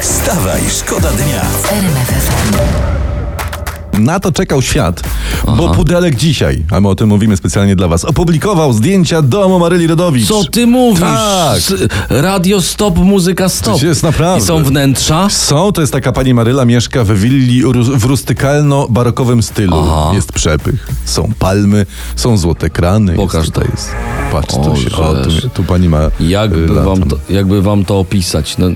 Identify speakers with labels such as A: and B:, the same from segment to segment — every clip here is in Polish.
A: Wstawaj, szkoda dnia.
B: Na to czekał świat, bo Pudelek dzisiaj, a my o tym mówimy specjalnie dla was, opublikował zdjęcia domu Maryli Rodowicz.
C: Co ty mówisz?
B: Tak.
C: S- Radio stop, muzyka stop.
B: To jest naprawdę.
C: I są wnętrza?
B: Są, to jest taka pani Maryla, mieszka w willi ru- w rustykalno-barokowym stylu. Jest przepych, są palmy, są złote krany.
C: Pokaż
B: jest, tutaj
C: to.
B: jest. Patrz,
C: O,
B: tu, się, o,
C: żeż.
B: tu, tu pani ma y,
C: Jakby wam,
B: latem.
C: to, jakby wam to opisać? No,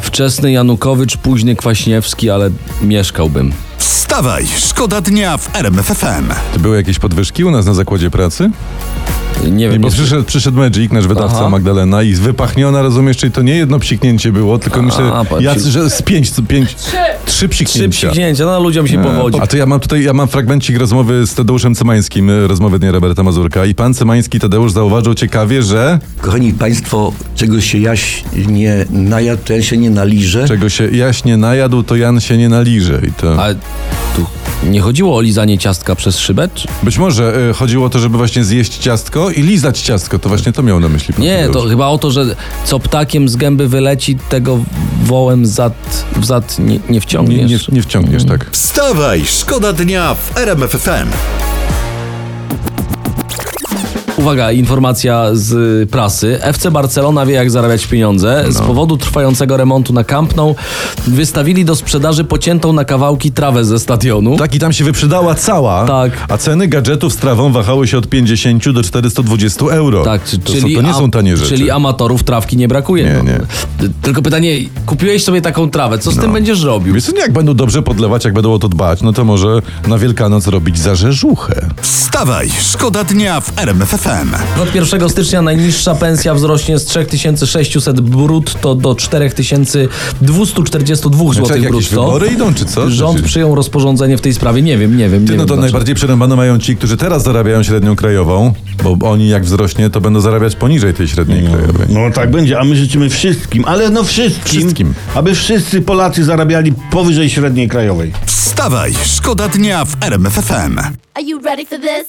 C: wczesny Janukowicz, późny Kwaśniewski, ale mieszkałbym.
A: Wstawaj, szkoda dnia w RMFFM.
B: Były jakieś podwyżki u nas na zakładzie pracy?
C: Nie
B: Nie,
C: wiem,
B: bo
C: nie-
B: przyszedł, przyszedł Magic, nasz wydawca
C: Aha.
B: Magdalena i wypachniona, rozumiesz, czyli to nie jedno psiknięcie było, tylko myślę,
C: patrz.
B: jacy, że z pięć, co- pięć trzy,
C: trzy
B: psiknięcia. E,
C: psiknięcia, no ludziom się powodzi.
B: A to ja mam tutaj, ja mam fragmencik rozmowy z Tadeuszem Cymańskim, y, rozmowy dnia Roberta Mazurka i pan Cymański Tadeusz zauważył ciekawie, że
D: Kochani Państwo, czego się jaś nie najadł, to ja się nie naliżę.
B: czego się Jaś nie najadł, to Jan się nie naliże i to...
C: A tu nie chodziło o lizanie ciastka przez szybę? Czy?
B: Być może y, chodziło o to, żeby właśnie zjeść ciastko i lizać ciastko, to właśnie to miał na myśli pan
C: Nie, No to
B: Tadeusz.
C: chyba o to, że co ptakiem z gęby wyleci, tego wołem zad, w zad nie, nie
B: Nie,
C: wciągniesz.
B: nie, nie wciągniesz, tak.
A: Wstawaj, szkoda dnia w RMFFM.
C: Uwaga, informacja z y, prasy. FC Barcelona wie jak zarabiać pieniądze.
B: No.
C: Z powodu trwającego remontu na Camp Nou wystawili do sprzedaży pociętą na kawałki trawę ze stadionu.
B: Tak, i tam się wyprzedała cała.
C: Tak.
B: A ceny gadżetów z trawą wahały się od 50 do 420 euro.
C: Tak, czy-
B: to,
C: czyli
B: są, to nie
C: a-
B: są tanie rzeczy.
C: Czyli amatorów trawki nie brakuje.
B: Nie,
C: no.
B: nie. No.
C: Ty- Tylko pytanie, kupiłeś sobie taką trawę, co z tym będziesz robił?
B: Wiesz co, nie, jak będą dobrze podlewać, jak będą o to dbać, no to może na Wielkanoc robić zarzeżuchę.
A: Wstawaj, szkoda dnia w RMFFM.
C: Od 1 stycznia najniższa pensja wzrośnie z 3600 brutto do 4242
B: Czy
C: zł
B: jakieś
C: brutto.
B: wybory idą, czy co?
C: Rząd
B: Czy-
C: przyjął rozporządzenie w tej sprawie. Nie wiem, nie
B: Ty, no
C: wiem. nie wiem
B: to
C: dlaczego.
B: najbardziej przerąbane mają ci, którzy teraz zarabiają średnią krajową, bo oni jak wzrośnie, to będą zarabiać poniżej tej średniej krajowej.
E: No tak będzie, a my życzymy wszystkim, ale no wszystkim,
B: Wszystkim.
E: aby wszyscy Polacy zarabiali powyżej średniej krajowej.
A: Wstawaj, szkoda dnia w RMFFM.
F: Are you ready for this?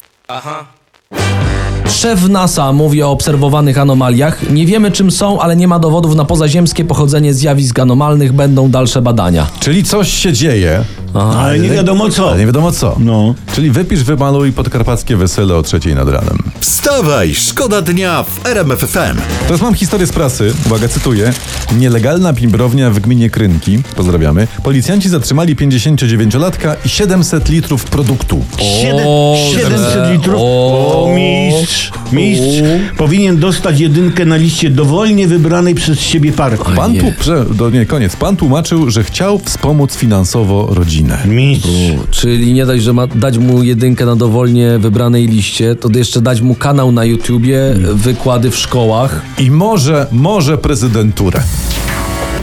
C: Szef NASA mówi o obserwowanych anomaliach. Nie wiemy czym są, ale nie ma dowodów na pozaziemskie pochodzenie zjawisk anomalnych. Będą dalsze badania.
B: Czyli coś się dzieje,
C: No.
E: ale nie wiadomo co.
B: ale nie wiadomo co.
E: No.
B: Czyli wypisz, wymaluj podkarpackie wesele o trzeciej nad ranem.
A: Wstawaj, szkoda dnia w RMFFM.
B: Teraz mam historię z prasy. Uwaga, cytuję. Nielegalna pimbrownia w gminie Krynki. Pozdrawiamy. Policjanci zatrzymali 59-latka i 700 litrów produktu.
E: Siedem-
C: O,
E: 700 litrów.
C: o.
E: O, mistrz, mistrz powinien dostać jedynkę na liście dowolnie wybranej przez siebie partii.
B: Pan
C: nie.
B: tu, prze, do, nie, koniec. Pan tłumaczył, że chciał wspomóc finansowo rodzinę.
E: Mistrz.
C: Czyli nie dość, że ma dać mu jedynkę na dowolnie wybranej liście, to jeszcze dać mu kanał na YouTubie, wykłady w szkołach.
B: I może, może prezydenturę.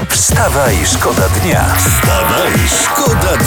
A: Wstawaj, szkoda dnia. Wstawaj, szkoda